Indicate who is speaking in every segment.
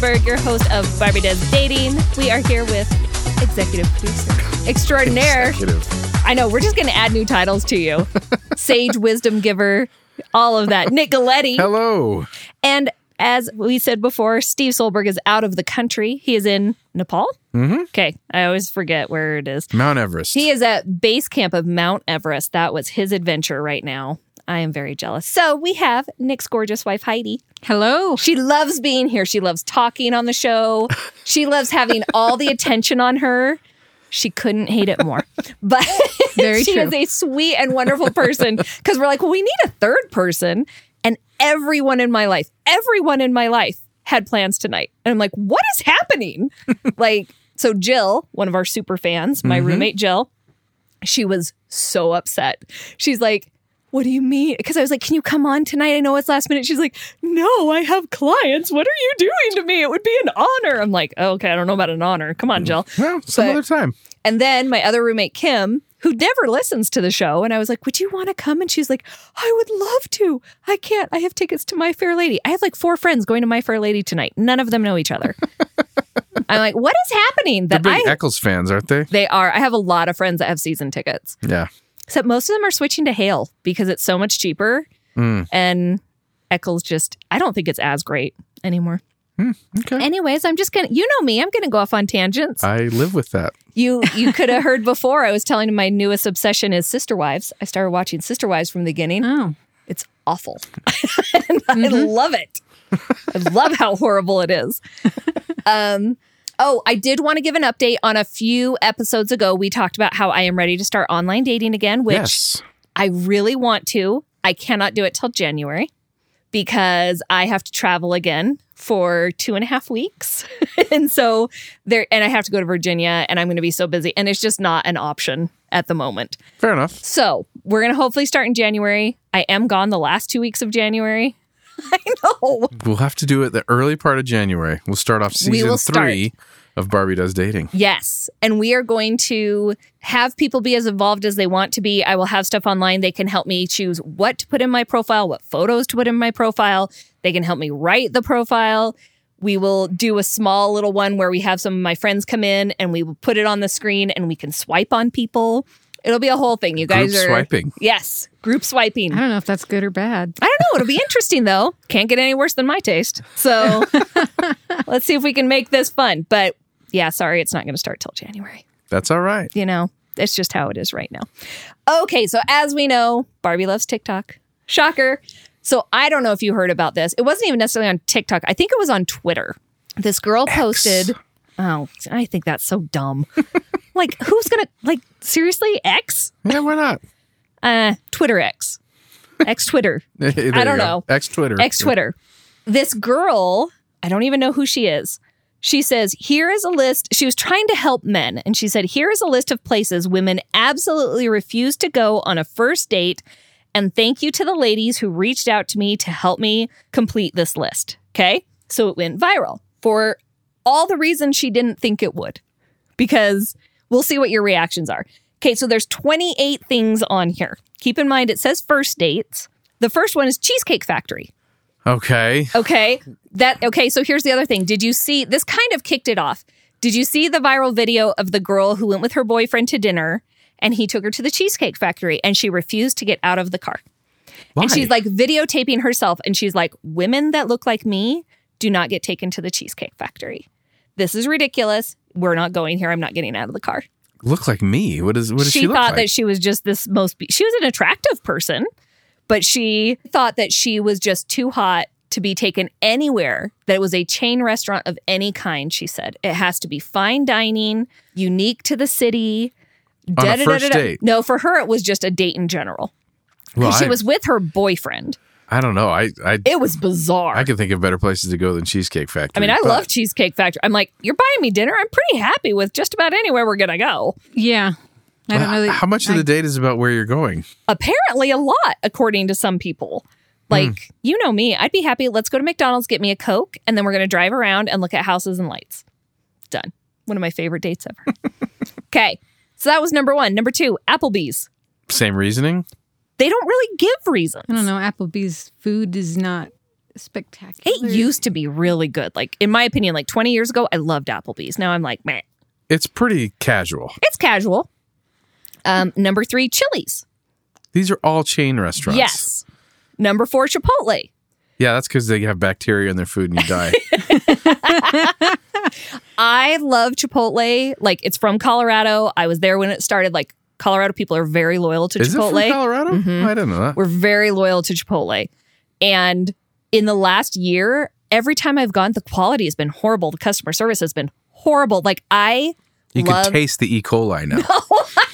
Speaker 1: Bird, your host of Barbie Does Dating. We are here with executive producer extraordinaire.
Speaker 2: Executive.
Speaker 1: I know, we're just going to add new titles to you Sage, Wisdom Giver, all of that. Nick Galletti.
Speaker 2: Hello.
Speaker 1: And as we said before, Steve Solberg is out of the country. He is in Nepal. Mm-hmm. Okay. I always forget where it is.
Speaker 2: Mount Everest.
Speaker 1: He is at base camp of Mount Everest. That was his adventure right now. I am very jealous. So we have Nick's gorgeous wife, Heidi.
Speaker 3: Hello.
Speaker 1: She loves being here. She loves talking on the show. She loves having all the attention on her. She couldn't hate it more. But
Speaker 3: Very
Speaker 1: she
Speaker 3: true.
Speaker 1: is a sweet and wonderful person because we're like, well, we need a third person. And everyone in my life, everyone in my life had plans tonight. And I'm like, what is happening? like, so Jill, one of our super fans, my
Speaker 3: Mm-hmm.
Speaker 1: roommate Jill, she was so upset. She's like, what do you mean? Because I was like, can you come on tonight? I know it's last minute. She's like, no, I have clients. What are you doing to me? It would be an honor. I'm like, oh, okay, I don't know about an honor. Come
Speaker 3: Mm.
Speaker 1: on, Jill.
Speaker 2: Well, some
Speaker 1: But-
Speaker 2: other time.
Speaker 1: And then my other roommate, Kim, who never listens to the show, and I was like, Would you want to come? And she's like, I would love to. I can't. I have tickets to My Fair Lady. I have like four friends going to My Fair Lady tonight. None of them know each other. I'm like, What is happening?
Speaker 2: They're
Speaker 1: That
Speaker 2: big
Speaker 1: I.
Speaker 2: Eccles fans, aren't they?
Speaker 1: They are. I have a lot of friends that have season tickets,
Speaker 2: Yeah.
Speaker 1: except most of them are switching to Hale because it's so much cheaper.
Speaker 2: Mm.
Speaker 1: And Eccles just, I don't think it's as great anymore.
Speaker 2: Hmm, Okay.
Speaker 1: Anyways, I'm just going to, you know me, I'm going to go off on tangents.
Speaker 2: I live with that.
Speaker 1: You you could have heard before. I was telling him my newest obsession is Sister Wives. I started watching Sister Wives from the beginning.
Speaker 3: Oh.
Speaker 1: It's awful. And I love it. I love how horrible it is. Um Oh, I did want to give an update on a few episodes ago. We talked about how I am ready to start online dating again, which
Speaker 2: yes.
Speaker 1: I really want to. I cannot do it till January because I have to travel again for two and a half weeks. and so there, and I have to go to Virginia and I'm going to be so busy. And it's just not an option at the moment.
Speaker 2: Fair enough.
Speaker 1: So we're going to hopefully start in January. I am gone the last two weeks of January. I know.
Speaker 2: We'll have to do it the early part of January. We'll start off season
Speaker 1: We will
Speaker 2: three of Barbie Does Dating.
Speaker 1: Yes. And we are going to have people be as involved as they want to be. I will have stuff online. They can help me choose what to put in my profile, what photos to put in my profile. They can help me write the profile. We will do a small little one where we have some of my friends come in and we will put it on the screen and we can swipe on people. It'll be a whole thing. You guys
Speaker 2: Group
Speaker 1: are
Speaker 2: swiping.
Speaker 1: Yes, group swiping.
Speaker 3: I don't know if that's good or bad.
Speaker 1: I don't know. It'll be interesting though. Can't get any worse than my taste. So let's see if we can make this fun. But yeah, sorry, it's not going to start till January.
Speaker 2: That's all right.
Speaker 1: You know, it's just how it is right now. Okay, so as we know, Barbie loves TikTok. Shocker. So I don't know if you heard about this. It wasn't even necessarily on TikTok. I think it was on Twitter. This girl posted. Oh, I think that's so dumb. like, who's gonna like seriously X?
Speaker 2: Yeah, why not?
Speaker 1: Uh, Twitter X, X Twitter.
Speaker 2: There you
Speaker 1: don't
Speaker 2: go.
Speaker 1: know.
Speaker 2: Ex Twitter.
Speaker 1: Ex Twitter. This girl, I don't even know who she is. She says, Here is a list. She was trying to help men. And she said, Here is a list of places women absolutely refuse to go on a first date. And thank you to the ladies who reached out to me to help me complete this list. Okay. So it went viral for all the reasons she didn't think it would, because we'll see what your reactions are. Okay. So there's 28 things on here. Keep in mind, it says first dates. The first one is Cheesecake Factory.
Speaker 2: Okay.
Speaker 1: Okay. That okay, so here's the other thing. Did you see this kind of kicked it off? Did you see the viral video of the girl who went with her boyfriend to dinner and he took her to the cheesecake factory and she refused to get out of the car?
Speaker 2: Why?
Speaker 1: And she's like videotaping herself and she's like, "Women that look like me do not get taken to the cheesecake factory. This is ridiculous. We're not going here. I'm not getting out of the car."
Speaker 2: look like me. What is? What does she,
Speaker 1: she,
Speaker 2: look
Speaker 1: thought
Speaker 2: like?
Speaker 1: that she was just this most be- she was an attractive person but she thought that she was just too hot to be taken anywhere that it was a chain restaurant of any kind she said it has to be fine dining unique to the city
Speaker 2: a
Speaker 1: Da-da-da-da-da.
Speaker 2: first date.
Speaker 1: no for her it was just a date in general
Speaker 2: well,
Speaker 1: she
Speaker 2: I,
Speaker 1: was with her boyfriend
Speaker 2: I don't know. I. I.
Speaker 1: it was bizarre
Speaker 2: I can think of better places to go than Cheesecake
Speaker 1: I
Speaker 2: Factory.
Speaker 1: mean, I
Speaker 2: but-
Speaker 1: love Cheesecake Factory. I'm like, you're buying me dinner. I'm pretty happy with just about anywhere we're going to go.
Speaker 3: Yeah. I don't know. That,
Speaker 2: How much of
Speaker 3: I-
Speaker 2: the date is about where you're going?
Speaker 1: apparently a lot according to some people like you know me i'd be happy let's go to mcdonald's get me a coke and then we're going to drive around and look at houses and lights done one of my favorite dates ever okay so that was number one number two applebee's
Speaker 2: Same reasoning.
Speaker 1: they don't really give reasons
Speaker 3: I don't know. Applebee's food is not spectacular.
Speaker 1: It used to be really good. Like in my opinion, like 20 years ago, I loved Applebee's. Now I'm like, meh.
Speaker 2: It's pretty casual.
Speaker 1: It's casual. Um, number three, Chili's.
Speaker 2: These are all chain restaurants.
Speaker 1: Yes. Number four, Chipotle.
Speaker 2: Yeah, that's because they have bacteria in their food and you die.
Speaker 1: I love Chipotle. Like it's from Colorado. I was there when it started. Like Colorado people are very loyal to
Speaker 2: Is it
Speaker 1: Chipotle. Mm-hmm.
Speaker 2: from Colorado? I didn't know that.
Speaker 1: We're very loyal to Chipotle. And in the last year, every time I've gone, the quality has been horrible. The customer service has been horrible. Like I
Speaker 2: You
Speaker 1: love-
Speaker 2: can taste the E. coli now.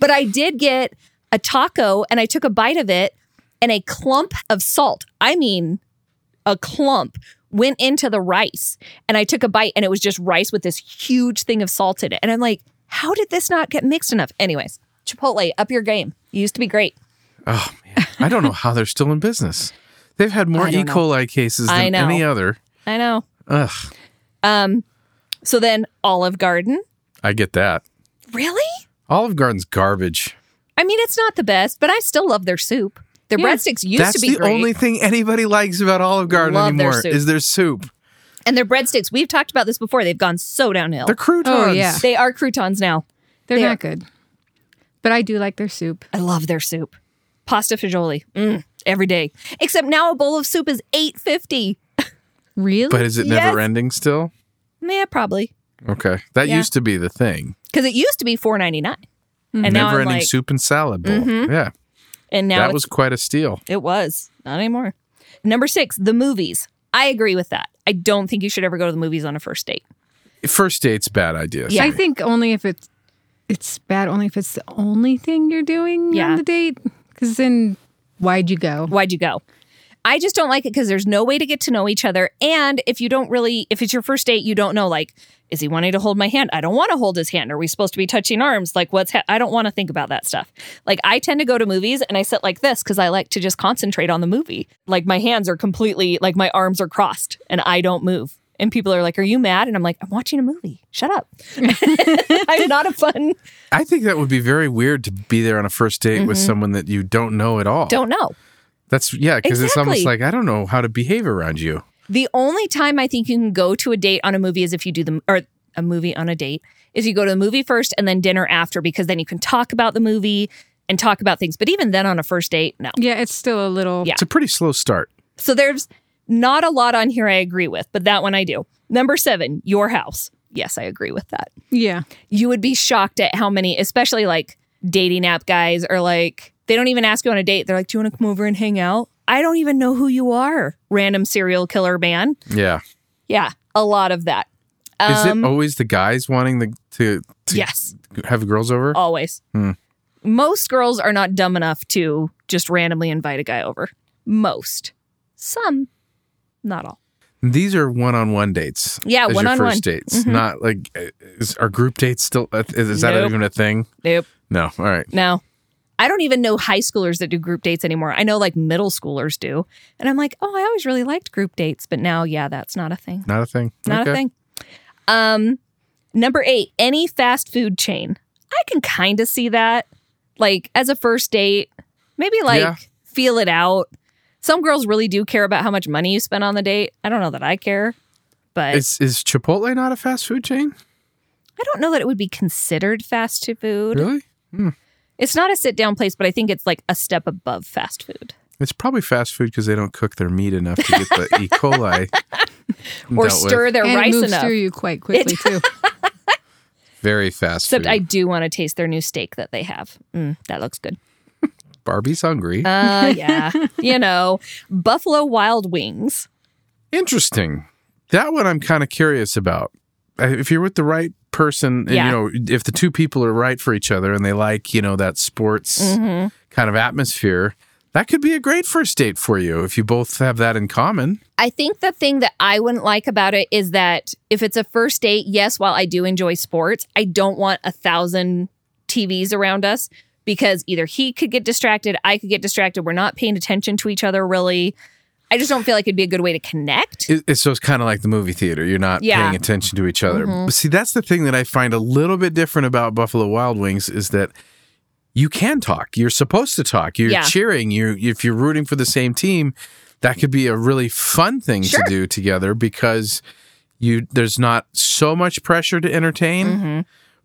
Speaker 1: But I did get a taco and I took a bite of it and a clump of salt. I mean, a clump went into the rice and I took a bite and it was just rice with this huge thing of salt in it. And I'm like, how did this not get mixed enough? Anyways, Chipotle, up your game. You used to be great.
Speaker 2: Oh man, I don't know how they're still in business. They've had more
Speaker 1: I
Speaker 2: E.
Speaker 1: don't know.
Speaker 2: coli cases
Speaker 1: I
Speaker 2: than
Speaker 1: know.
Speaker 2: any other.
Speaker 1: I know.
Speaker 2: Ugh,
Speaker 1: Um, so then Olive Garden.
Speaker 2: I get that.
Speaker 1: Really?
Speaker 2: Olive Garden's garbage.
Speaker 1: I mean, it's not the best, but I still love their soup. Their
Speaker 3: Yeah.
Speaker 1: breadsticks used
Speaker 2: That's
Speaker 1: to be
Speaker 2: the
Speaker 1: great.
Speaker 2: only thing anybody likes about Olive Garden
Speaker 1: Love their
Speaker 2: anymore
Speaker 1: soup.
Speaker 2: is their soup.
Speaker 1: and their breadsticks, we've talked about this before, they've gone so downhill.
Speaker 2: Their croutons.
Speaker 3: Oh, yeah.
Speaker 1: They are croutons now.
Speaker 3: They're
Speaker 1: They're-
Speaker 3: not good. But I do like their soup.
Speaker 1: I love their soup. Pasta fagioli. Mm, every day. Except now a bowl of soup is eight fifty.
Speaker 3: Really?
Speaker 2: But is it
Speaker 1: Yes.
Speaker 2: never ending still?
Speaker 1: Yeah, probably.
Speaker 2: Okay. That
Speaker 1: Yeah.
Speaker 2: used to be the thing.
Speaker 1: Because it used to be four ninety nine. And now
Speaker 2: never
Speaker 1: I'm
Speaker 2: ending
Speaker 1: like,
Speaker 2: soup and salad bowl. Yeah.
Speaker 1: and now
Speaker 2: That
Speaker 1: it's-
Speaker 2: was quite a steal.
Speaker 1: it was. Not anymore. Number six, the movies. I agree with that. I don't think you should ever go to the movies on a first date.
Speaker 2: First date's bad idea.
Speaker 1: Yeah.
Speaker 3: I think only if it's it's bad only if it's the only thing you're doing
Speaker 1: Yeah.
Speaker 3: on the date. Because then why'd you go?
Speaker 1: Why'd you go? I just don't like it because there's no way to get to know each other. And if you don't really, if it's your first date, you don't know, like, is he wanting to hold my hand? I don't want to hold his hand. Are we supposed to be touching arms? Like, what's, ha- I don't want to think about that stuff. Like, I tend to go to movies and I sit like this because I like to just concentrate on the movie. Like, my hands are completely, like, my arms are crossed and I don't move. And people are like, are you mad? And I'm like, I'm watching a movie. Shut up. I'm not a fun,
Speaker 2: I think that would be very weird to be there on a first date with someone that you don't know at all.
Speaker 1: Mm-hmm. don't know.
Speaker 2: That's yeah, because it's
Speaker 1: Exactly.
Speaker 2: almost like I don't know how to behave around you.
Speaker 1: The only time I think you can go to a date on a movie is if you do the or a movie on a date is you go to the movie first and then dinner after because then you can talk about the movie and talk about things. But even then on a first date, no.
Speaker 3: Yeah, it's still a little
Speaker 1: Yeah.
Speaker 2: It's a pretty slow start.
Speaker 1: So there's not a lot on here I agree with, but that one I do. Number 7, your house. Yes, I agree with that.
Speaker 3: Yeah.
Speaker 1: You would be shocked at how many especially like dating app guys are like they don't even ask you on a date. They're like, "Do you want to come over and hang out?" I don't even know who you are. Random serial killer man.
Speaker 2: Yeah.
Speaker 1: Yeah, a lot of that. Um,
Speaker 2: Is it always the guys wanting the, to to
Speaker 1: Yes,
Speaker 2: have girls over?
Speaker 1: always.
Speaker 2: Hmm.
Speaker 1: Most girls are not dumb enough to just randomly invite a guy over. Most. Some. Not all.
Speaker 2: These are one-on-one dates.
Speaker 1: Yeah,
Speaker 2: as your
Speaker 1: one-on-one. Mm-hmm.
Speaker 2: first dates, not like uh, is, are group dates still? uh, Is, is that
Speaker 1: Nope.
Speaker 2: even a thing?
Speaker 1: Nope.
Speaker 2: No. All right.
Speaker 1: No. I don't even know high schoolers that do group dates anymore. I know like middle schoolers do. And I'm like, oh, I always really liked group dates. But now, yeah, that's not a thing.
Speaker 2: Not a thing.
Speaker 1: Not a
Speaker 2: Okay.
Speaker 1: thing. Um, number eight, any fast food chain. I can kind of see that, like as a first date, maybe like
Speaker 2: Yeah.
Speaker 1: feel it out. Some girls really do care about how much money you spend on the date. I don't know that I care, but
Speaker 2: Is is Chipotle not a fast food chain?
Speaker 1: I don't know that it would be considered fast food.
Speaker 2: Really?
Speaker 1: It's not a sit down place, but I think it's like a step above fast food
Speaker 2: It's probably fast food because they don't cook their meat enough to get the E. coli
Speaker 1: or
Speaker 2: dealt with.
Speaker 1: stir their
Speaker 3: and it
Speaker 1: rice
Speaker 3: moves
Speaker 1: enough.
Speaker 3: through you quite quickly too.
Speaker 2: Very fast.
Speaker 1: Except
Speaker 2: food.
Speaker 1: I do want to taste their new steak that they have. Mm, that looks good.
Speaker 2: Barbie's hungry.
Speaker 1: Uh, yeah, you know, Buffalo Wild Wings.
Speaker 2: Interesting. That one I'm kind of curious about. Uh, If you're with the right person, and,
Speaker 1: Yeah.
Speaker 2: you know, if the two people are right for each other and they like, you know, that sports
Speaker 1: Mm-hmm.
Speaker 2: kind of atmosphere, that could be a great first date for you if you both have that in common.
Speaker 1: I think the thing that I wouldn't like about it is that if it's a first date, yes, while I do enjoy sports, I don't want a thousand TVs around us because either he could get distracted, I could get distracted. We're not paying attention to each other really. I just don't feel like it'd be a good way to connect.
Speaker 2: It, it's so it's kind of like the movie theater. You're not
Speaker 1: Yeah. Mm-hmm.
Speaker 2: paying attention to each other. But see, that's the thing that I find a little bit different about Buffalo Wild Wings is that you can talk. You're supposed to talk. You're
Speaker 1: Yeah.
Speaker 2: cheering. You if you're rooting for the same team, that could be a really fun thing
Speaker 1: Sure.
Speaker 2: to do together because you there's not so much pressure to entertain,
Speaker 1: Mm-hmm.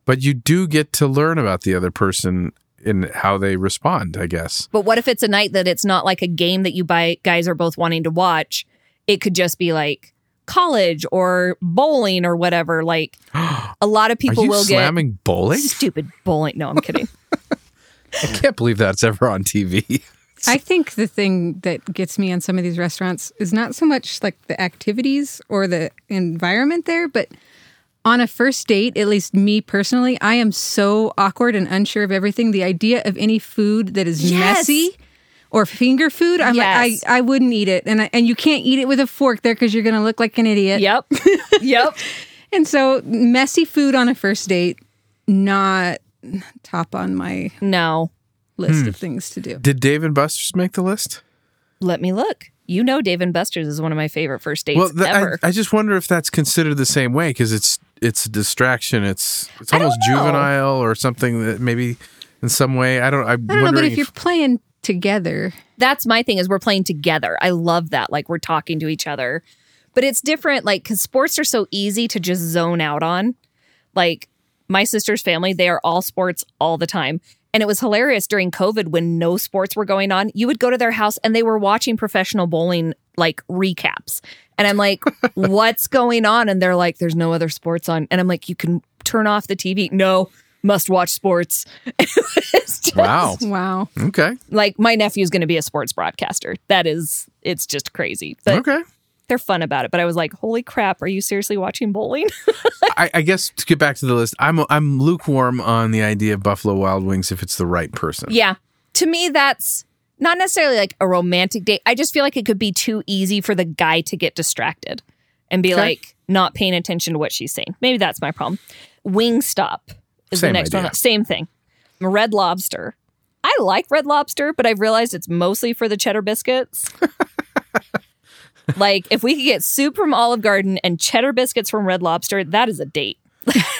Speaker 2: but you do get to learn about the other person and how they respond, I guess.
Speaker 1: But what if it's a night that it's not like a game that you buy, guys are both wanting to watch? It could just be like college or bowling or whatever. Like a lot of people
Speaker 2: Are you
Speaker 1: will
Speaker 2: slamming
Speaker 1: get
Speaker 2: bowling?
Speaker 1: stupid bowling. No, I'm kidding.
Speaker 2: I can't believe that's ever on TV.
Speaker 3: I think the thing that gets me on some of these restaurants is not so much like the activities or the environment there, but on a first date, at least me personally, I am so awkward and unsure of everything. The idea of any food that is
Speaker 1: Yes.
Speaker 3: messy or finger food, I'm
Speaker 1: Yes.
Speaker 3: like, I, I wouldn't eat it. And I, and you can't eat it with a fork there because you're going to look like an idiot.
Speaker 1: yep. Yep.
Speaker 3: And so messy food on a first date, not top on my
Speaker 1: No,
Speaker 3: list
Speaker 2: Hmm.
Speaker 3: of things to do.
Speaker 2: Did Dave and Buster's make the list?
Speaker 1: let me look. You know, Dave and Buster's is one of my favorite first dates
Speaker 2: Well, th-
Speaker 1: ever.
Speaker 2: I, I just wonder if that's considered the same way because it's it's a distraction. It's it's almost
Speaker 1: know.
Speaker 2: juvenile or something that maybe in some way I don't. I'm
Speaker 3: I don't know,
Speaker 2: wondering
Speaker 3: but if you're playing together,
Speaker 1: that's my thing is we're playing together. I love that. Like we're talking to each other. But it's different like cuz sports are so easy to just zone out on. Like my sister's family, they are all sports all the time. And it was hilarious during COVID when no sports were going on. You would go to their house and they were watching professional bowling like recaps. And I'm like, "What's going on?" And they're like, "There's no other sports on." And I'm like, "You can turn off the TV." No, must watch sports. It's just-
Speaker 2: wow.
Speaker 3: wow.
Speaker 2: Okay.
Speaker 1: like my nephew's going to be a sports broadcaster. That is, it's just crazy. But
Speaker 2: Okay.
Speaker 1: they're fun about it. But I was like, holy crap, are you seriously watching bowling?
Speaker 2: I, I guess to get back to the list, I'm I'm lukewarm on the idea of Buffalo Wild Wings if it's the right person.
Speaker 1: yeah. To me, that's not necessarily like a romantic date. I just feel like it could be too easy for the guy to get distracted and be
Speaker 2: Okay.
Speaker 1: like not paying attention to what she's saying. Maybe that's my problem. Wingstop is the
Speaker 2: Same
Speaker 1: next one.
Speaker 2: idea.
Speaker 1: Same thing. Red Lobster. I like Red Lobster, but I've realized it's mostly for the cheddar biscuits. like if we could get soup from Olive Garden and cheddar biscuits from Red Lobster, that is a date.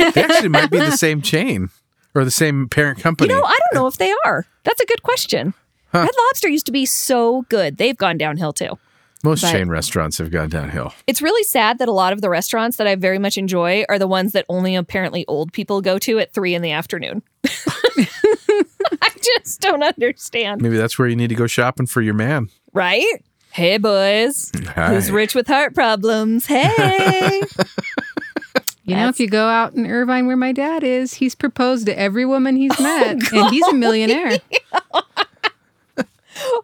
Speaker 2: They actually might be the same chain or the same parent company.
Speaker 1: No, I don't know if they are. That's a good question. Red Lobster used to be so good. They've gone downhill too.
Speaker 2: Most
Speaker 1: but-
Speaker 2: chain restaurants have gone downhill.
Speaker 1: It's really sad that a lot of the restaurants that I very much enjoy are the ones that only apparently old people go to at three in the afternoon. I just don't understand.
Speaker 2: Maybe that's where you need to go shopping for your man.
Speaker 1: Right? Hey, boys. Who's
Speaker 2: Hi.
Speaker 1: rich with heart problems? Hey.
Speaker 3: You know,
Speaker 1: That's-
Speaker 3: if you go out in Irvine where my dad is, he's proposed to every woman
Speaker 1: Oh,
Speaker 3: he's met, and he's a millionaire.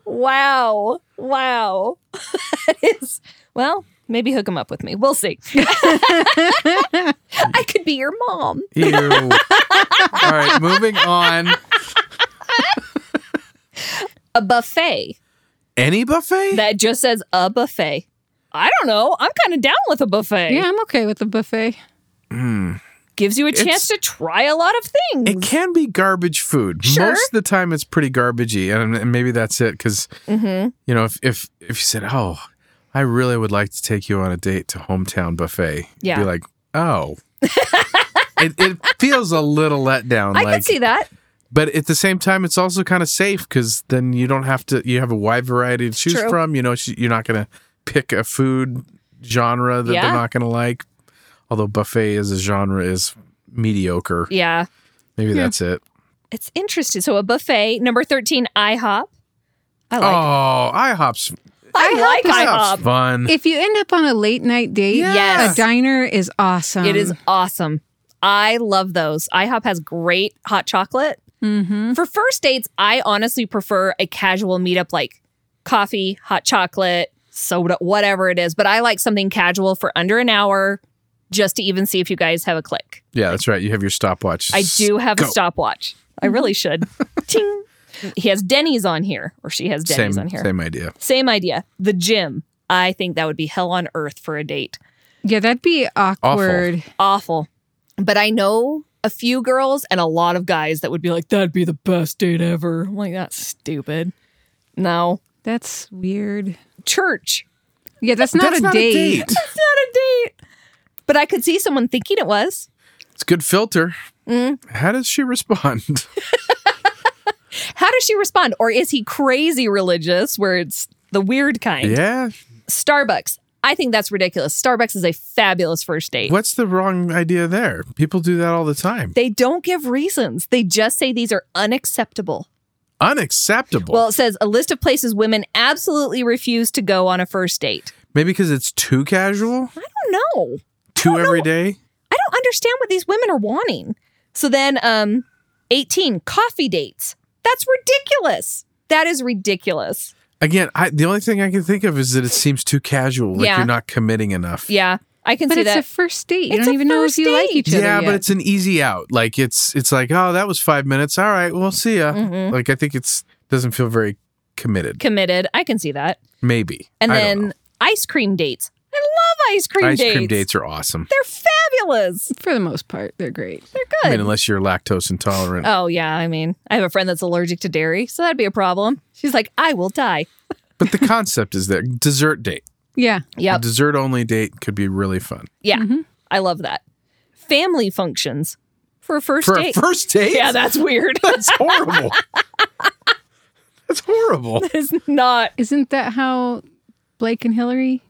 Speaker 1: wow. Wow. that is, well, maybe hook him up with me. We'll see. I could be your mom.
Speaker 2: Ew. All right, moving on.
Speaker 1: A buffet.
Speaker 2: Any buffet?
Speaker 1: that just says a buffet. I don't know. I'm kind of down with a buffet.
Speaker 3: Yeah, I'm okay with the buffet.
Speaker 1: Gives you a chance
Speaker 2: It's-
Speaker 1: to try a lot of
Speaker 2: It
Speaker 1: things.
Speaker 2: can be garbage food.
Speaker 1: Mm. Sure.
Speaker 2: Most of the time, it's pretty garbagey, and, and maybe that's it. Because
Speaker 1: Mm-hmm.
Speaker 2: you know, if if if you said, "Oh, I really would like to take you on a date to hometown buffet," you'd
Speaker 1: Yeah.
Speaker 2: be like, "Oh." it, it feels a little let down.
Speaker 1: I
Speaker 2: like,
Speaker 1: can see that.
Speaker 2: but at the same time, it's also kind of safe because then you don't have to. You have a wide variety to choose
Speaker 1: true.
Speaker 2: from. You know, sh- you're not going to pick a food genre that
Speaker 1: Yeah.
Speaker 2: they're not going to like. Although buffet as a genre is mediocre.
Speaker 1: Yeah.
Speaker 2: Maybe that's it.
Speaker 1: It's interesting. So a buffet, number 13, IHOP. I like
Speaker 2: oh, IHOP's
Speaker 1: I like
Speaker 2: IHOP's
Speaker 1: IHOP.
Speaker 2: fun.
Speaker 3: If you end up on a late night date,
Speaker 1: Yes.
Speaker 3: a diner is awesome.
Speaker 1: It is awesome. I love those. IHOP has great hot chocolate.
Speaker 3: Mm-hmm.
Speaker 1: For first dates, I honestly prefer a casual meetup like coffee, hot chocolate, soda, whatever it is. But I like something casual for under an hour just to even see if you guys have a click.
Speaker 2: yeah, that's right. You have your stopwatch.
Speaker 1: I do have a
Speaker 2: Go. Mm-hmm.
Speaker 1: stopwatch. I really should. Ting. He has Denny's on here, or she has Denny's
Speaker 2: Same,
Speaker 1: on here. Same.
Speaker 2: same idea.
Speaker 1: idea. The gym. I think that would be hell on earth for a date.
Speaker 3: Yeah, that'd be awkward.
Speaker 1: Awful. But I know a few girls and a lot of guys that would be like, that'd be the best date ever. I'm like, that's stupid. No.
Speaker 3: That's weird.
Speaker 1: Church.
Speaker 3: Yeah, that's not,
Speaker 2: That's
Speaker 3: a, date.
Speaker 1: It's not a date. But I could see someone thinking it was.
Speaker 2: It's a good filter.
Speaker 1: Mm.
Speaker 2: How does she respond?
Speaker 1: How does she respond? Or is he crazy religious where it's the weird kind.
Speaker 2: Yeah.
Speaker 1: Starbucks. I think that's ridiculous. Starbucks is a fabulous first date.
Speaker 2: What's the wrong idea there? People do that all the time.
Speaker 1: They don't give reasons. They just say these are unacceptable.
Speaker 2: Unacceptable.
Speaker 1: Well, it says a list of places women absolutely refuse to go on a first date.
Speaker 2: Maybe because it's too casual,
Speaker 1: I don't know.
Speaker 2: too everyday.
Speaker 1: I don't understand what these women are wanting. So then, um, 18, coffee dates. That's ridiculous. That is ridiculous.
Speaker 2: Again, I, the only thing I can think of is that it seems too casual. Like
Speaker 1: Yeah.
Speaker 2: you're not committing enough.
Speaker 1: Yeah, I can
Speaker 3: But
Speaker 1: see
Speaker 3: it's
Speaker 1: that.
Speaker 3: a first date. You
Speaker 1: It's a
Speaker 3: don't even know if
Speaker 1: first
Speaker 3: you like
Speaker 1: date.
Speaker 3: each other.
Speaker 2: yeah,
Speaker 3: yet.
Speaker 2: but it's an easy out. Like it's it's like, oh, that was five minutes. All right, we'll see ya.
Speaker 1: Mm-hmm.
Speaker 2: Like I think it's doesn't feel very committed.
Speaker 1: Committed. I can see that.
Speaker 2: Maybe.
Speaker 1: And
Speaker 2: I don't know.
Speaker 1: then ice cream dates. I love ice cream
Speaker 2: ice
Speaker 1: dates.
Speaker 2: cream dates are awesome.
Speaker 1: They're fabulous.
Speaker 3: for the most part, they're great.
Speaker 1: They're
Speaker 2: I
Speaker 1: good.
Speaker 2: mean, unless you're lactose intolerant.
Speaker 1: Oh, yeah. I mean, I have a friend that's allergic to dairy, so that'd be a problem. She's like, I will die.
Speaker 2: But the concept is there. Dessert date.
Speaker 3: Yeah.
Speaker 2: A
Speaker 1: Yep.
Speaker 2: dessert only date could be really fun.
Speaker 1: Yeah.
Speaker 3: Mm-hmm.
Speaker 1: I love that. Family functions for a first
Speaker 2: For
Speaker 1: date.
Speaker 2: a first date?
Speaker 1: yeah, that's weird.
Speaker 2: that's horrible. that's horrible.
Speaker 1: it's not.
Speaker 3: Isn't that how Blake and Hillary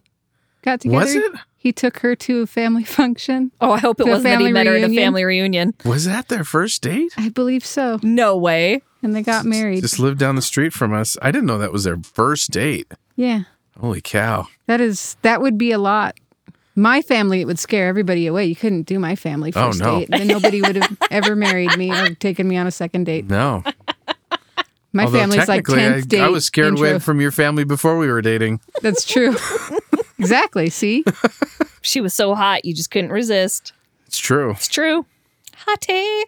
Speaker 3: got together?
Speaker 2: Was it?
Speaker 3: He took her to a family function.
Speaker 1: Oh, I hope it
Speaker 3: To a
Speaker 1: wasn't that he
Speaker 3: family
Speaker 1: met her at a
Speaker 3: reunion?
Speaker 1: family reunion.
Speaker 2: Was that their first date?
Speaker 3: I believe so.
Speaker 1: No way.
Speaker 3: And they got married.
Speaker 2: Just lived down the street from us. I didn't know that was their first date.
Speaker 3: yeah.
Speaker 2: Holy cow.
Speaker 3: That is that would be a lot. My family it would scare everybody away. You couldn't do my family
Speaker 2: Oh,
Speaker 3: first
Speaker 2: no.
Speaker 3: date. Then nobody would have ever married me or taken me on a second date.
Speaker 2: No.
Speaker 3: My
Speaker 2: Although
Speaker 3: family's like
Speaker 2: technically,
Speaker 3: tenth date.
Speaker 2: I, I was scared away
Speaker 3: intro.
Speaker 2: from your family before we were dating.
Speaker 3: That's true. exactly. See,
Speaker 2: Hmm.
Speaker 1: She was so hot, you just couldn't resist.
Speaker 2: It's true.
Speaker 1: It's true. Hottie.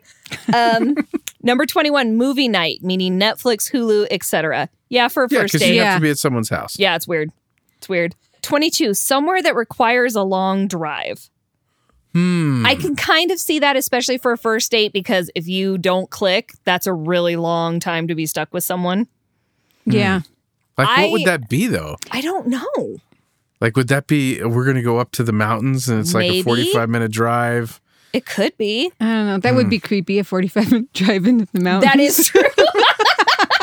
Speaker 1: Um, number 21, movie night, meaning Netflix, Hulu, etc. Yeah, for a
Speaker 2: Yeah,
Speaker 1: first
Speaker 2: because
Speaker 1: date.
Speaker 2: you
Speaker 1: Yeah.
Speaker 2: have
Speaker 3: Yeah.
Speaker 2: to be at someone's house.
Speaker 1: it's weird. It's weird. 22, somewhere that requires a long drive.
Speaker 2: Hmm.
Speaker 1: I can kind of see that, especially for a first date, because if you don't click, that's a really long time to be stuck with someone.
Speaker 3: yeah,
Speaker 2: Like, what
Speaker 1: I-
Speaker 2: would that be though?
Speaker 1: I don't know.
Speaker 2: Like, would that be we're going to go up to the mountains and it's like
Speaker 1: Maybe.
Speaker 2: a forty-five minute drive?
Speaker 1: It could be.
Speaker 3: I don't know. That would
Speaker 2: Hmm.
Speaker 3: be creepy. A forty-five minute drive into the
Speaker 2: Oh.
Speaker 3: mountains.
Speaker 1: That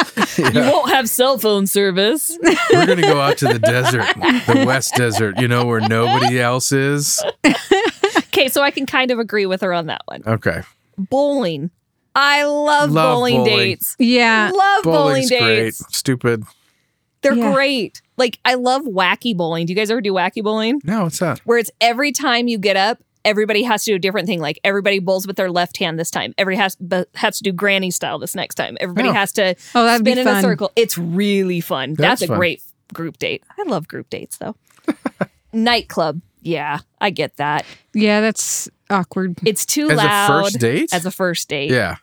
Speaker 1: is true. You won't have cell phone service.
Speaker 2: We're going to go out to the desert, the West Desert, you know, where nobody else is.
Speaker 1: Okay, so I can kind of agree with her on that one.
Speaker 2: Okay,
Speaker 1: Bowling. I love,
Speaker 2: Love
Speaker 1: bowling,
Speaker 2: bowling.
Speaker 1: dates.
Speaker 3: yeah.
Speaker 1: love bowling
Speaker 2: bowling's great.
Speaker 1: dates.
Speaker 2: Stupid.
Speaker 1: They're
Speaker 3: Yeah.
Speaker 1: great. Like I love wacky bowling. Do you guys ever do wacky bowling?
Speaker 2: No, it's not.
Speaker 1: Where it's every time you get up, everybody has to do a different thing. Like everybody bowls with their left hand this time. Every has but has to do granny style this next time. Everybody
Speaker 2: Oh.
Speaker 1: has to
Speaker 3: Oh, that'd
Speaker 1: spin
Speaker 3: be
Speaker 1: in
Speaker 3: fun.
Speaker 1: a circle. It's really fun. That's,
Speaker 2: That's
Speaker 1: a
Speaker 2: fun.
Speaker 1: great group date. I love group dates though. Nightclub. Yeah, I get that.
Speaker 3: Yeah, that's awkward.
Speaker 1: It's too
Speaker 2: As a
Speaker 1: loud
Speaker 2: first date?
Speaker 1: as a first date.
Speaker 2: Yeah,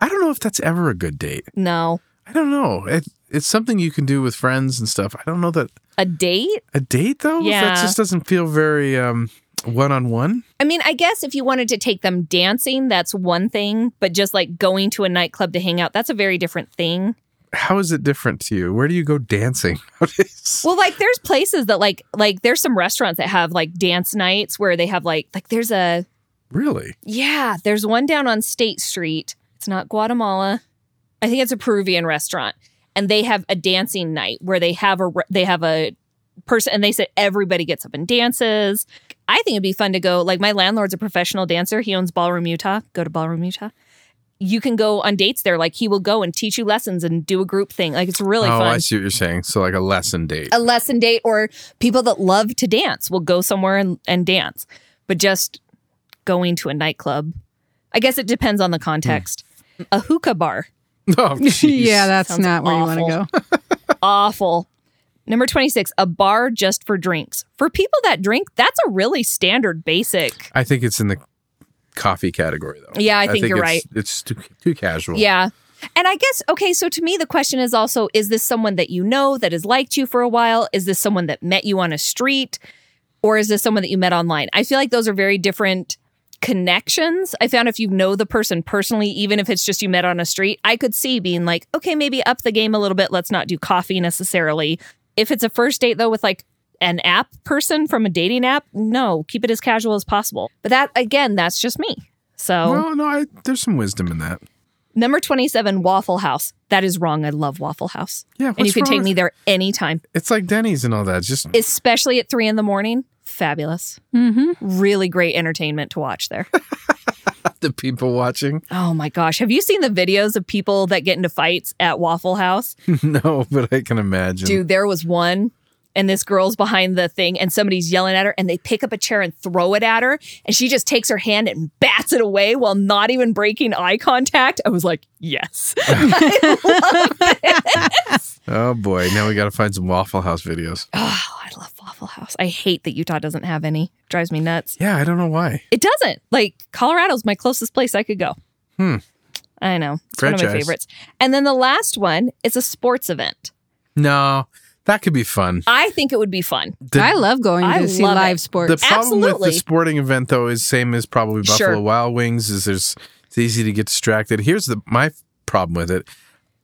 Speaker 2: I don't know if that's ever a good date.
Speaker 1: No,
Speaker 2: I don't know. It, it's something you can do with friends and stuff. I don't know that
Speaker 1: a date.
Speaker 2: a date though.
Speaker 1: Yeah.
Speaker 2: that just doesn't feel very um one-on-one.
Speaker 1: I mean, I guess if you wanted to take them dancing, that's one thing. But just like going to a nightclub to hang out, that's a very different thing.
Speaker 2: How is it different to you? Where do you go dancing nowadays?
Speaker 1: Well, like there's places that like like there's some restaurants that have like dance nights where they have like like there's a
Speaker 2: Really?
Speaker 1: Yeah, there's one down on State Street. It's not Guatemala. I think it's a Peruvian restaurant, and they have a dancing night where they have a re- they have a person, and they said everybody gets up and dances. I think it'd be fun to go. Like my landlord's a professional dancer. He owns Ballroom Utah. Go to Ballroom Utah. You can go on dates there. Like he will go and teach you lessons and do a group thing. Like it's really
Speaker 2: oh,
Speaker 1: fun. Oh.
Speaker 2: I see what you're saying. So like a lesson date.
Speaker 1: A lesson date or people that love to dance will go somewhere and, and dance. But just going to a nightclub, I guess it depends on the context. A hookah bar,
Speaker 2: oh, jeez.
Speaker 3: yeah, that's
Speaker 1: Sounds
Speaker 3: not where you
Speaker 1: awful.
Speaker 3: want to go.
Speaker 1: awful. Number 26, a bar just for drinks. For people that drink, that's a really standard basic.
Speaker 2: I think it's in the coffee category though.
Speaker 1: Yeah, I think you're
Speaker 2: it's,
Speaker 1: right.
Speaker 2: It's too, too casual.
Speaker 1: Yeah. And I guess, okay, so to me, the question is also is this someone that you know that has liked you for a while? Is this someone that met you on a street? Or is this someone that you met online? I feel like those are very different connections. I found if you know the person personally, even if it's just you met on a street, I could see being like, okay, maybe up the game a little bit. Let's not do coffee necessarily. If it's a first date, though, with like, an app person from a dating app? No, keep it as casual as possible. But that, again, that's just me. So,
Speaker 2: Well, no, I, there's some wisdom in that.
Speaker 1: Number 27, Waffle House. That is wrong. I love Waffle House.
Speaker 2: Yeah,
Speaker 1: and you
Speaker 2: what's
Speaker 1: can
Speaker 2: wrong
Speaker 1: take
Speaker 2: with-
Speaker 1: me there anytime,
Speaker 2: It's like Denny's and all that. It's just
Speaker 1: especially at three in the morning. Fabulous.
Speaker 3: Mm-hmm.
Speaker 1: Really great entertainment to watch there.
Speaker 2: the people watching.
Speaker 1: oh my gosh. Have you seen the videos of people that get into fights at Waffle House?
Speaker 2: no, but I can imagine.
Speaker 1: Dude, there was one, and this girl's behind the thing, and somebody's yelling at her, and they pick up a chair and throw it at her, and she just takes her hand and bats it away while not even breaking eye contact. I was like, yes.
Speaker 2: Oh boy, now we got to find some Waffle House videos.
Speaker 1: Oh, I love Waffle House. I hate that Utah doesn't have any. Drives me nuts.
Speaker 2: Yeah, I don't know why.
Speaker 1: It doesn't. Like Colorado's my closest place I could go.
Speaker 2: Hmm.
Speaker 1: I know. It's one of my
Speaker 2: Franchise.
Speaker 1: favorites. And then the last one is a sports event.
Speaker 2: No, that could be fun.
Speaker 1: I think it would be fun.
Speaker 2: The-
Speaker 3: I love going
Speaker 1: I
Speaker 3: to see
Speaker 1: love
Speaker 3: live
Speaker 1: it.
Speaker 3: sports.
Speaker 2: The problem with
Speaker 1: Absolutely.
Speaker 2: the sporting event though is same as probably Buffalo
Speaker 1: Sure.
Speaker 2: Wild Wings is there's it's easy to get distracted. Here's the my problem with it.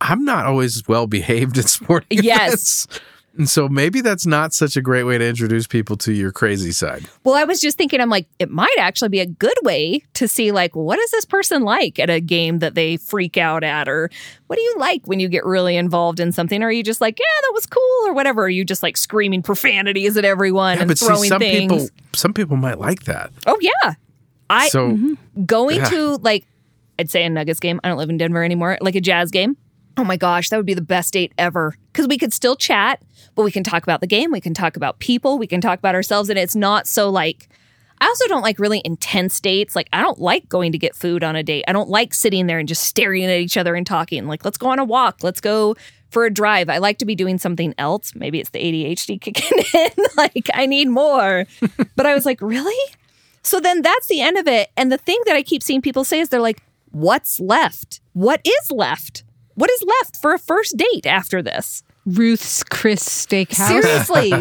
Speaker 2: I'm not always well behaved at sporting
Speaker 1: Yes.
Speaker 2: events. And so maybe that's not such a great way to introduce people to your crazy side.
Speaker 1: Well, I was just thinking, I'm like, it might actually be a good way to see, like, what is this person like at a game that they freak out at? Or what do you like when you get really involved in something? Or are you just like, yeah, that was cool or whatever? Are you just like screaming profanities at everyone
Speaker 2: Yeah,
Speaker 1: and
Speaker 2: but see,
Speaker 1: throwing
Speaker 2: some
Speaker 1: things?
Speaker 2: people some people might like that.
Speaker 1: oh, yeah. I Mm-hmm.
Speaker 2: so
Speaker 1: going
Speaker 2: Yeah.
Speaker 1: to like I'd say a Nuggets game. I don't live in Denver anymore. Like a Jazz game. Oh my gosh, that would be the best date ever cuz we could still chat, but we can talk about the game, we can talk about people, we can talk about ourselves and it's not so like I also don't like really intense dates. Like I don't like going to get food on a date. I don't like sitting there and just staring at each other and talking. Like let's go on a walk, let's go for a drive. I like to be doing something else. Maybe it's the ADHD kicking in. like I need more. but I was like, "Really? So then that's the end of it. And the thing that I keep seeing people say is they're like, what's left? What is left? What is left for a first date after this?
Speaker 3: Ruth's Chris Steakhouse.
Speaker 1: Seriously.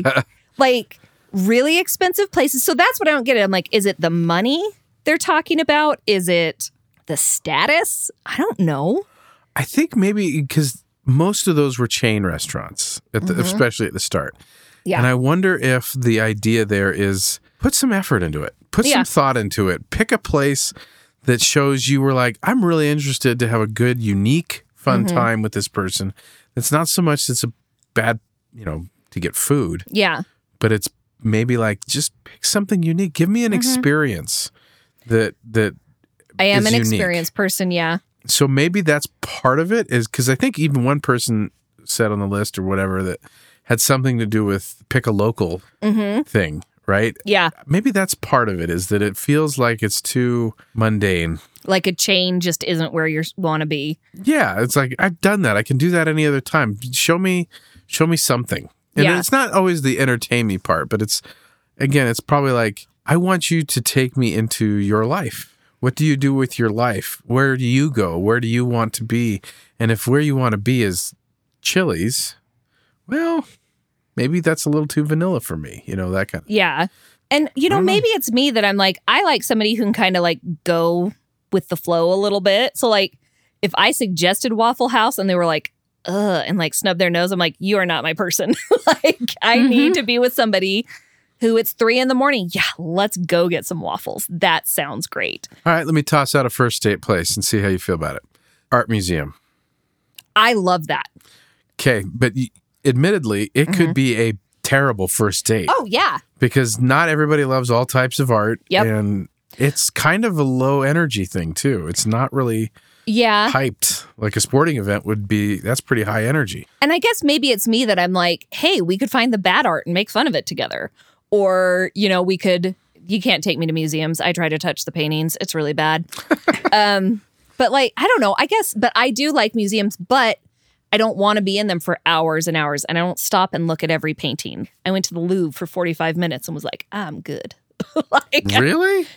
Speaker 1: like really expensive places. So that's what I don't get. I'm like, is it the money they're talking about? Is it the status? I don't know.
Speaker 2: I think maybe because most of those were chain restaurants, at the, especially at the start.
Speaker 1: Mm-hmm. Yeah.
Speaker 2: And I wonder if the idea there is put some effort into it, put
Speaker 1: Yeah.
Speaker 2: some thought into it, pick a place that shows you were like, I'm really interested to have a good, unique, fun
Speaker 1: Mm-hmm.
Speaker 2: time with this person. It's not so much that's a bad, you know, to get food,
Speaker 1: Yeah.
Speaker 2: but it's maybe like just pick something unique. Give
Speaker 1: Mm-hmm.
Speaker 2: me an experience that that
Speaker 1: I am
Speaker 2: Is
Speaker 1: an
Speaker 2: unique.
Speaker 1: experienced person. Yeah.
Speaker 2: so maybe that's part of it is because I think even one person said on the list or whatever that had something to do with pick a local
Speaker 1: Mm-hmm.
Speaker 2: thing, right?
Speaker 1: Yeah.
Speaker 2: Maybe that's part of it is that it feels like it's too mundane.
Speaker 1: Like a chain just isn't where you want to be.
Speaker 2: Yeah, it's like I've done that. I can do that any other time. Show me, show me something. And
Speaker 1: Yeah.
Speaker 2: it's not always the entertain me part, but it's again, it's probably like I want you to take me into your life. What do you do with your life? Where do you go? Where do you want to be? And if where you want to be is Chili's, well, maybe that's a little too vanilla for me. You know that kind. Of,
Speaker 1: Yeah. And you know,
Speaker 2: don't know.
Speaker 1: maybe it's me that I'm like, I like somebody who can kind of like go with the flow a little bit. So like if I suggested Waffle House and they were like, ugh, and like snub their nose, I'm like, you are not my person. like I
Speaker 3: Mhm.
Speaker 1: need to be with somebody who it's three in the morning. Yeah, let's go get some waffles. That sounds great.
Speaker 2: all right, let me toss out a first date place and see how you feel about it. Art museum.
Speaker 1: I love that.
Speaker 2: Okay, but y- admittedly, it could be a terrible first date.
Speaker 1: Mm-hmm. Oh yeah.
Speaker 2: because not everybody loves all types of art.
Speaker 1: Yep.
Speaker 2: And it's kind of a low energy thing too. It's not really
Speaker 1: Yeah.
Speaker 2: hyped. Like a sporting event would be that's pretty high energy.
Speaker 1: And I guess maybe it's me that I'm like, hey, we could find the bad art and make fun of it together. Or, you know, we could, you can't take me to museums. I try to touch the paintings, it's really bad. um, but like, I don't know. I guess, but I do like museums, but I don't want to be in them for hours and hours. And I don't stop and look at every painting. I went to the Louvre for 45 minutes and was like, I'm good. like,
Speaker 2: Really?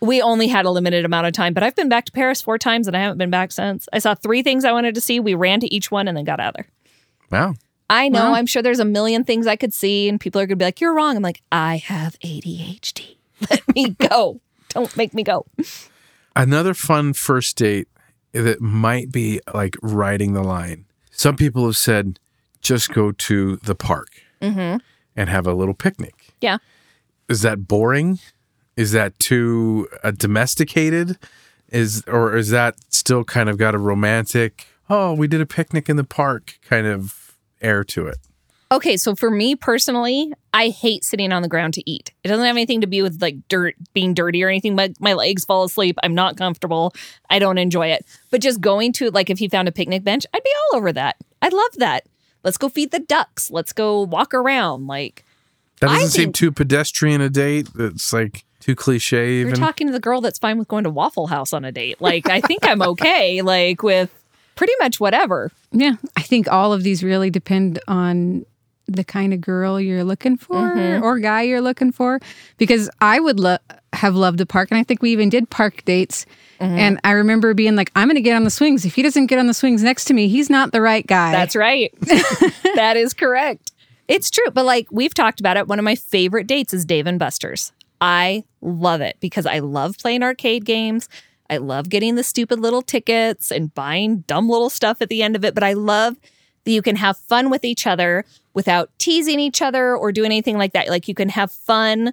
Speaker 1: we only had a limited amount of time, but I've been back to Paris four times and I haven't been back since. I saw three things I wanted to see. We ran to each one and then got out of there.
Speaker 2: Wow.
Speaker 1: I know.
Speaker 3: Wow.
Speaker 1: I'm sure there's a million things I could see, and people are going to be like, you're wrong. I'm like, I have ADHD. Let me go. Don't make me go.
Speaker 2: Another fun first date that might be like riding the line. Some people have said just go to the park
Speaker 1: Mm-hmm.
Speaker 2: and have a little picnic.
Speaker 1: Yeah.
Speaker 2: Is that boring? Is that too uh, domesticated? Is or is that still kind of got a romantic? Oh, we did a picnic in the park kind of air to it.
Speaker 1: Okay, so for me personally, I hate sitting on the ground to eat. It doesn't have anything to do with like dirt being dirty or anything. My, my legs fall asleep. I'm not comfortable. I don't enjoy it. But just going to like if he found a picnic bench, I'd be all over that. I love that. Let's go feed the ducks. Let's go walk around. Like
Speaker 2: That
Speaker 1: I
Speaker 2: doesn't seem
Speaker 1: think-
Speaker 2: too pedestrian a date. It's like too cliche.
Speaker 1: you're
Speaker 2: Even
Speaker 1: talking to the girl that's fine with going to Waffle House on a date. Like I think I'm okay. Like with pretty much whatever.
Speaker 3: Yeah. I think all of these really depend on the kind of girl you're looking for
Speaker 1: Mm-hmm.
Speaker 3: or guy you're looking for. Because I would lo- have loved a park. And I think we even did park dates.
Speaker 1: Mm-hmm.
Speaker 3: And I remember being like, I'm going to get on the swings. If he doesn't get on the swings next to me, he's not the right guy.
Speaker 1: That's right. that is correct. It's true. But like we've talked about it, one of my favorite dates is Dave and Buster's. I love it because I love playing arcade games. I love getting the stupid little tickets and buying dumb little stuff at the end of it. But I love that you can have fun with each other without teasing each other or doing anything like that. Like you can have fun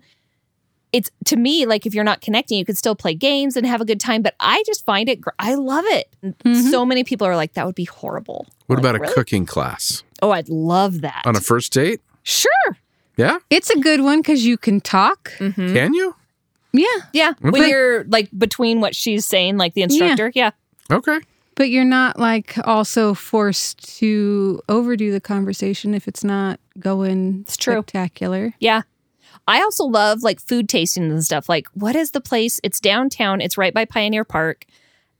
Speaker 1: it's to me like if you're not connecting you could still play games and have a good time but i just find it gr- i love it
Speaker 3: Mm-hmm.
Speaker 1: so many people are like that would be horrible
Speaker 2: what
Speaker 1: Like,
Speaker 2: about a
Speaker 1: really?
Speaker 2: cooking class
Speaker 1: oh i'd love that
Speaker 2: on a first date?
Speaker 1: sure Mm-hmm.
Speaker 2: Yeah,
Speaker 3: It's a good one because you can talk.
Speaker 2: can you?
Speaker 3: Yeah.
Speaker 1: yeah when
Speaker 2: Okay.
Speaker 1: you're like between what she's saying like the instructor yeah,
Speaker 2: Okay.
Speaker 3: But you're not like also forced to overdo the conversation if it's not going
Speaker 1: It's true.
Speaker 3: spectacular.
Speaker 1: yeah. I also love like food tasting and stuff. Like, what is the place? It's downtown. It's right by Pioneer Park,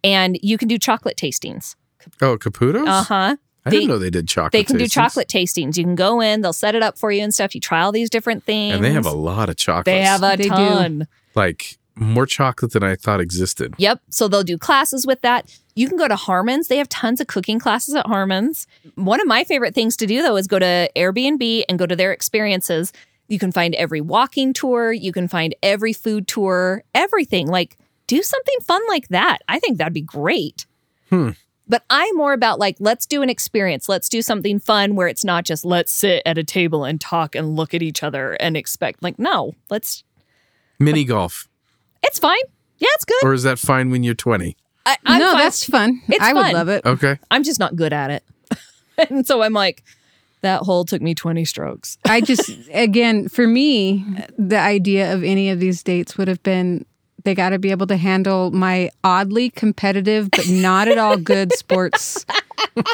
Speaker 1: and you can do chocolate tastings.
Speaker 2: Oh, Caputo's.
Speaker 1: Uh huh.
Speaker 2: I
Speaker 1: they-
Speaker 2: didn't know they did chocolate.
Speaker 1: They can do
Speaker 2: tastings.
Speaker 1: chocolate tastings. You can go in. They'll set it up for you and stuff. You try all these different things.
Speaker 2: and they have a lot of chocolates.
Speaker 1: They have a
Speaker 3: They do.
Speaker 1: ton.
Speaker 2: like more chocolate than I thought existed.
Speaker 1: Yep. So they'll do classes with that. You can go to Harmon's. They have tons of cooking classes at Harmon's. One of my favorite things to do, though, is go to Airbnb and go to their experiences. You can find every walking tour, you can find every food tour, everything. Like, do something fun like that. I think that'd be great. But I'm more about like, let's do an experience. Let's do something fun where it's not just let's sit at a table and talk and look at each other and expect, like, no, let's,
Speaker 2: Mini golf,
Speaker 1: it's fine. Yeah, it's good.
Speaker 2: or is that fine when you're 20?
Speaker 1: I, I'm
Speaker 3: no,
Speaker 1: fine.
Speaker 3: that's fun.
Speaker 1: It's
Speaker 3: I
Speaker 1: fun.
Speaker 3: would love it.
Speaker 2: Okay.
Speaker 1: I'm just not good at it. and so I'm like, that hole took me 20 strokes.
Speaker 3: I just, again, for me, the idea of any of these dates would have been they got to be able to handle my oddly competitive, but not at all good sports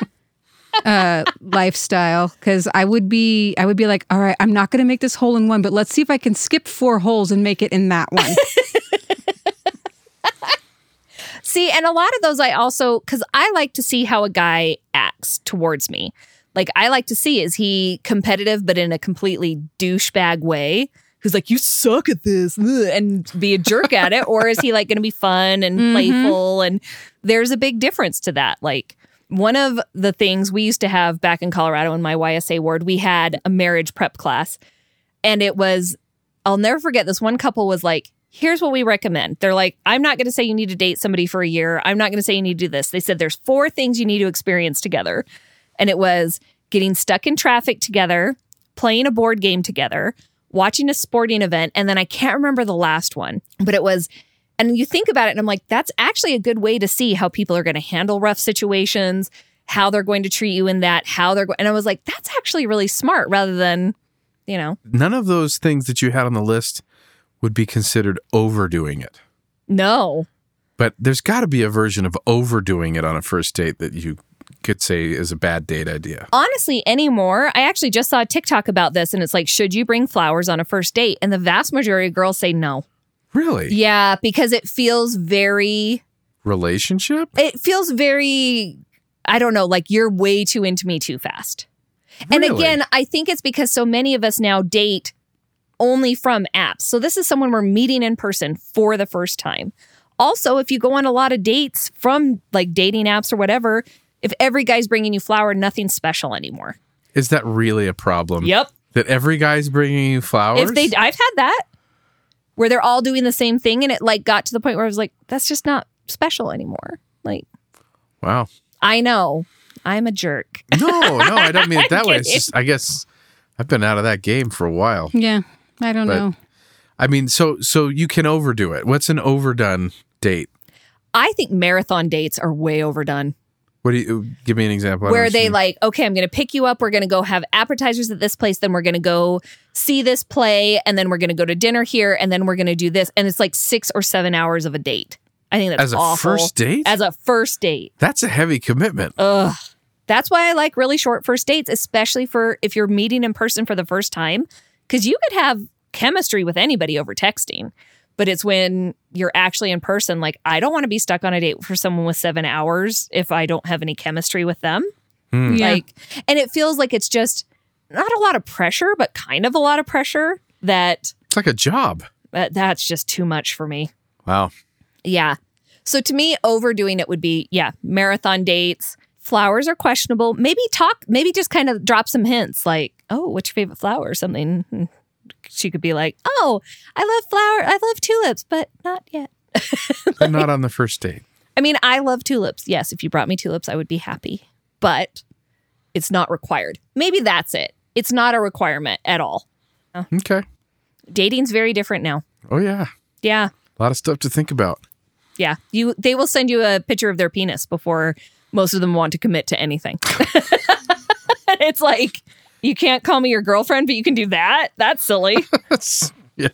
Speaker 3: uh, lifestyle. Cause I would be, I would be like, all right, I'm not going to make this hole in one, but let's see if I can skip four holes and make it in that one.
Speaker 1: See, and a lot of those I also, because I like to see how a guy acts towards me. Like, I like to see, is he competitive, but in a completely douchebag way? Who's like, you suck at this, ugh," and be a jerk at it? Or is he like going to be fun and playful? And there's a big difference to that. Like, one of the things we used to have back in Colorado in my YSA ward, we had a marriage prep class. And it was, I'll never forget this one couple was like, here's what we recommend. They're like, I'm not going to say you need to date somebody for a year. I'm not going to say you need to do this. They said there's four things you need to experience together. And it was getting stuck in traffic together, playing a board game together, watching a sporting event. And then I can't remember the last one, but it was, and you think about it, and I'm like, that's actually a good way to see how people are going to handle rough situations, how they're going to treat you in that, how they're going. And I was like, that's actually really smart rather than, you know,
Speaker 2: None of those things that you had on the list would be considered overdoing it.
Speaker 1: no.
Speaker 2: But there's got to be a version of overdoing it on a first date that you could say is a bad date idea.
Speaker 1: honestly anymore i actually just saw a tiktok about this and it's like should you bring flowers on a first date and the vast majority of girls say no
Speaker 2: Really?
Speaker 1: yeah because it feels very
Speaker 2: Relationship?
Speaker 1: it feels very i don't know like you're way too into me too fast and
Speaker 2: Really?
Speaker 1: again i think it's because so many of us now date only from apps so this is someone we're meeting in person for the first time also if you go on a lot of dates from like dating apps or whatever if every guy's bringing you flower nothing's special anymore
Speaker 2: Is that really a problem?
Speaker 1: yep
Speaker 2: That every guy's bringing you flowers?
Speaker 1: If they, I've had that where they're all doing the same thing, and it like got to the point where I was like, that's just not special anymore. Like,
Speaker 2: wow.
Speaker 1: I know I'm a jerk.
Speaker 2: No, no, I don't mean it that way. It's just, I guess I've been out of that game for a while.
Speaker 3: yeah. I don't
Speaker 2: But-
Speaker 3: know.
Speaker 2: I mean, so so you can overdo it. What's an overdone date?
Speaker 1: I think marathon dates are way overdone.
Speaker 2: What do you give me an example? I
Speaker 1: where
Speaker 2: don't
Speaker 1: they
Speaker 2: see-
Speaker 1: like, okay, I'm going to pick you up. We're going to go have appetizers at this place. Then we're going to go see this play. And then we're going to go to dinner here. And then we're going to do this. And it's like six or seven hours of a date. I think that's
Speaker 2: as a
Speaker 1: awful.
Speaker 2: first date?
Speaker 1: As a first date.
Speaker 2: That's a heavy commitment.
Speaker 1: Ugh. That's why I like really short first dates, especially for if you're meeting in person for the first time, because you could have chemistry with anybody over texting. But it's when you're actually in person, like, I don't want to be stuck on a date for someone with seven hours if I don't have any chemistry with them.
Speaker 3: Yeah.
Speaker 1: Like, and it feels like it's just not a lot of pressure, but kind of a lot of pressure that
Speaker 2: It's like a job.
Speaker 1: uh, that's just too much for me.
Speaker 2: Wow.
Speaker 1: Yeah. So to me, overdoing it would be, yeah, marathon dates. Flowers are questionable. Maybe talk, maybe just kind of drop some hints like, oh, what's your favorite flower or something. And She could be like, oh, I love flower. I love tulips, but not yet.
Speaker 2: But not on the first date.
Speaker 1: I mean, I love tulips. Yes, if you brought me tulips, I would be happy, but it's not required. Maybe that's it. It's not a requirement at all.
Speaker 2: Okay.
Speaker 1: Dating's very different now.
Speaker 2: Oh yeah.
Speaker 1: Yeah.
Speaker 2: A lot of stuff to think about.
Speaker 1: Yeah. You they will send you a picture of their penis before most of them want to commit to anything. it's like you can't call me your girlfriend, but you can do that. That's silly.
Speaker 2: That's yeah.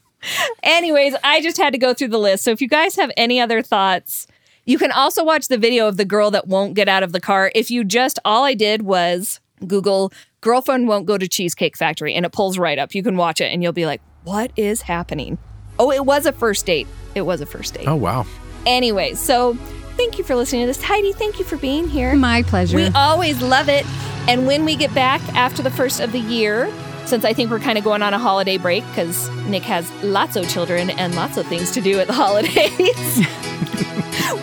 Speaker 1: Anyways, I just had to go through the list. So if you guys have any other thoughts, you can also watch the video of the girl that won't get out of the car. If you just, all I did was Google girlfriend won't go to Cheesecake Factory and it pulls right up. You can watch it and you'll be like, what is happening? Oh, it was a first date. It was a first date.
Speaker 2: Oh wow.
Speaker 1: Anyway, so thank you for listening to this. Heidi, thank you for being here.
Speaker 3: My pleasure.
Speaker 1: We always love it. And when we get back after the first of the year, since I think we're kind of going on a holiday break because Nick has lots of children and lots of things to do at the holidays.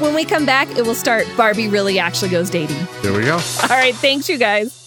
Speaker 1: when we come back, it will start Barbie really actually goes dating.
Speaker 2: There we go.
Speaker 1: All right, thanks, you guys.